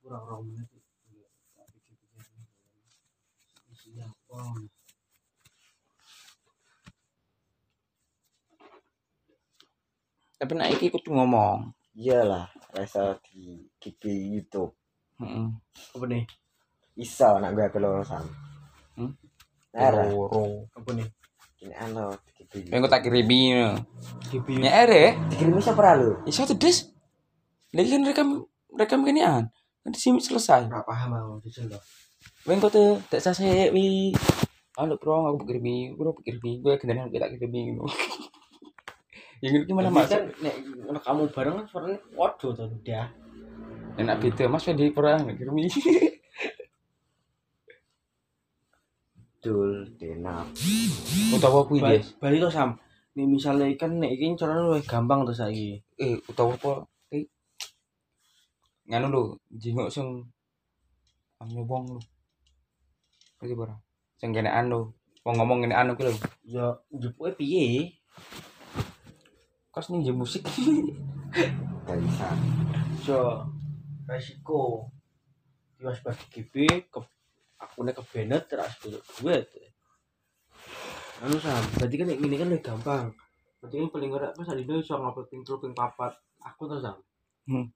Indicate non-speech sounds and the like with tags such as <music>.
kurang romannya tuh Nggak, nggak pikir-pikir isinya apa Tapi nek iki kudu ngomong. iyalah rasa di kipi YouTube Heeh. apa nih iso nak gue kelorosan Hmm? Nara, Loro. apa nih kini ano, kipi. Pengen Oh. tak kirimi. no. kipi Ya ere, Dikirim siapa lalu? iso tedes. Lagi kan rekam rekam gini an. Nanti sih selesai. nggak paham aku jujur loh Pengen kau tuh tak sase wi. Anu bro, aku kirimi, bro kirimi. Gue kendala aku tak Ya, kirimi. <laughs> Yang ini gimana Tapi mas? kan nek nek kamu bareng kan suaranya waduh tuh dia Enak beda, mas Fendi perang <laughs> kirimi. Dul, Denap. Utawa kuwi Ba- dia. balik tuh sam nih misalnya kan nek ini caranya lebih gampang tuh saya Eh, utawa apa? Ki. Nganu lho, jenguk sing anu wong lho. Ngerti ora? Sing kene anu, wong ngomong kene anu ki lho. ya jepuknya piye Kos ning nje <laughs> musik. Bisa. so Ya, resiko tiwas bagi kipi ke aku nek ke Bennett terus gue duit anu sam berarti kan nek ini kan lebih gampang berarti kan paling ngerak pas hari ini bisa ngapet ping telu, ping papat aku tuh sam Hmm.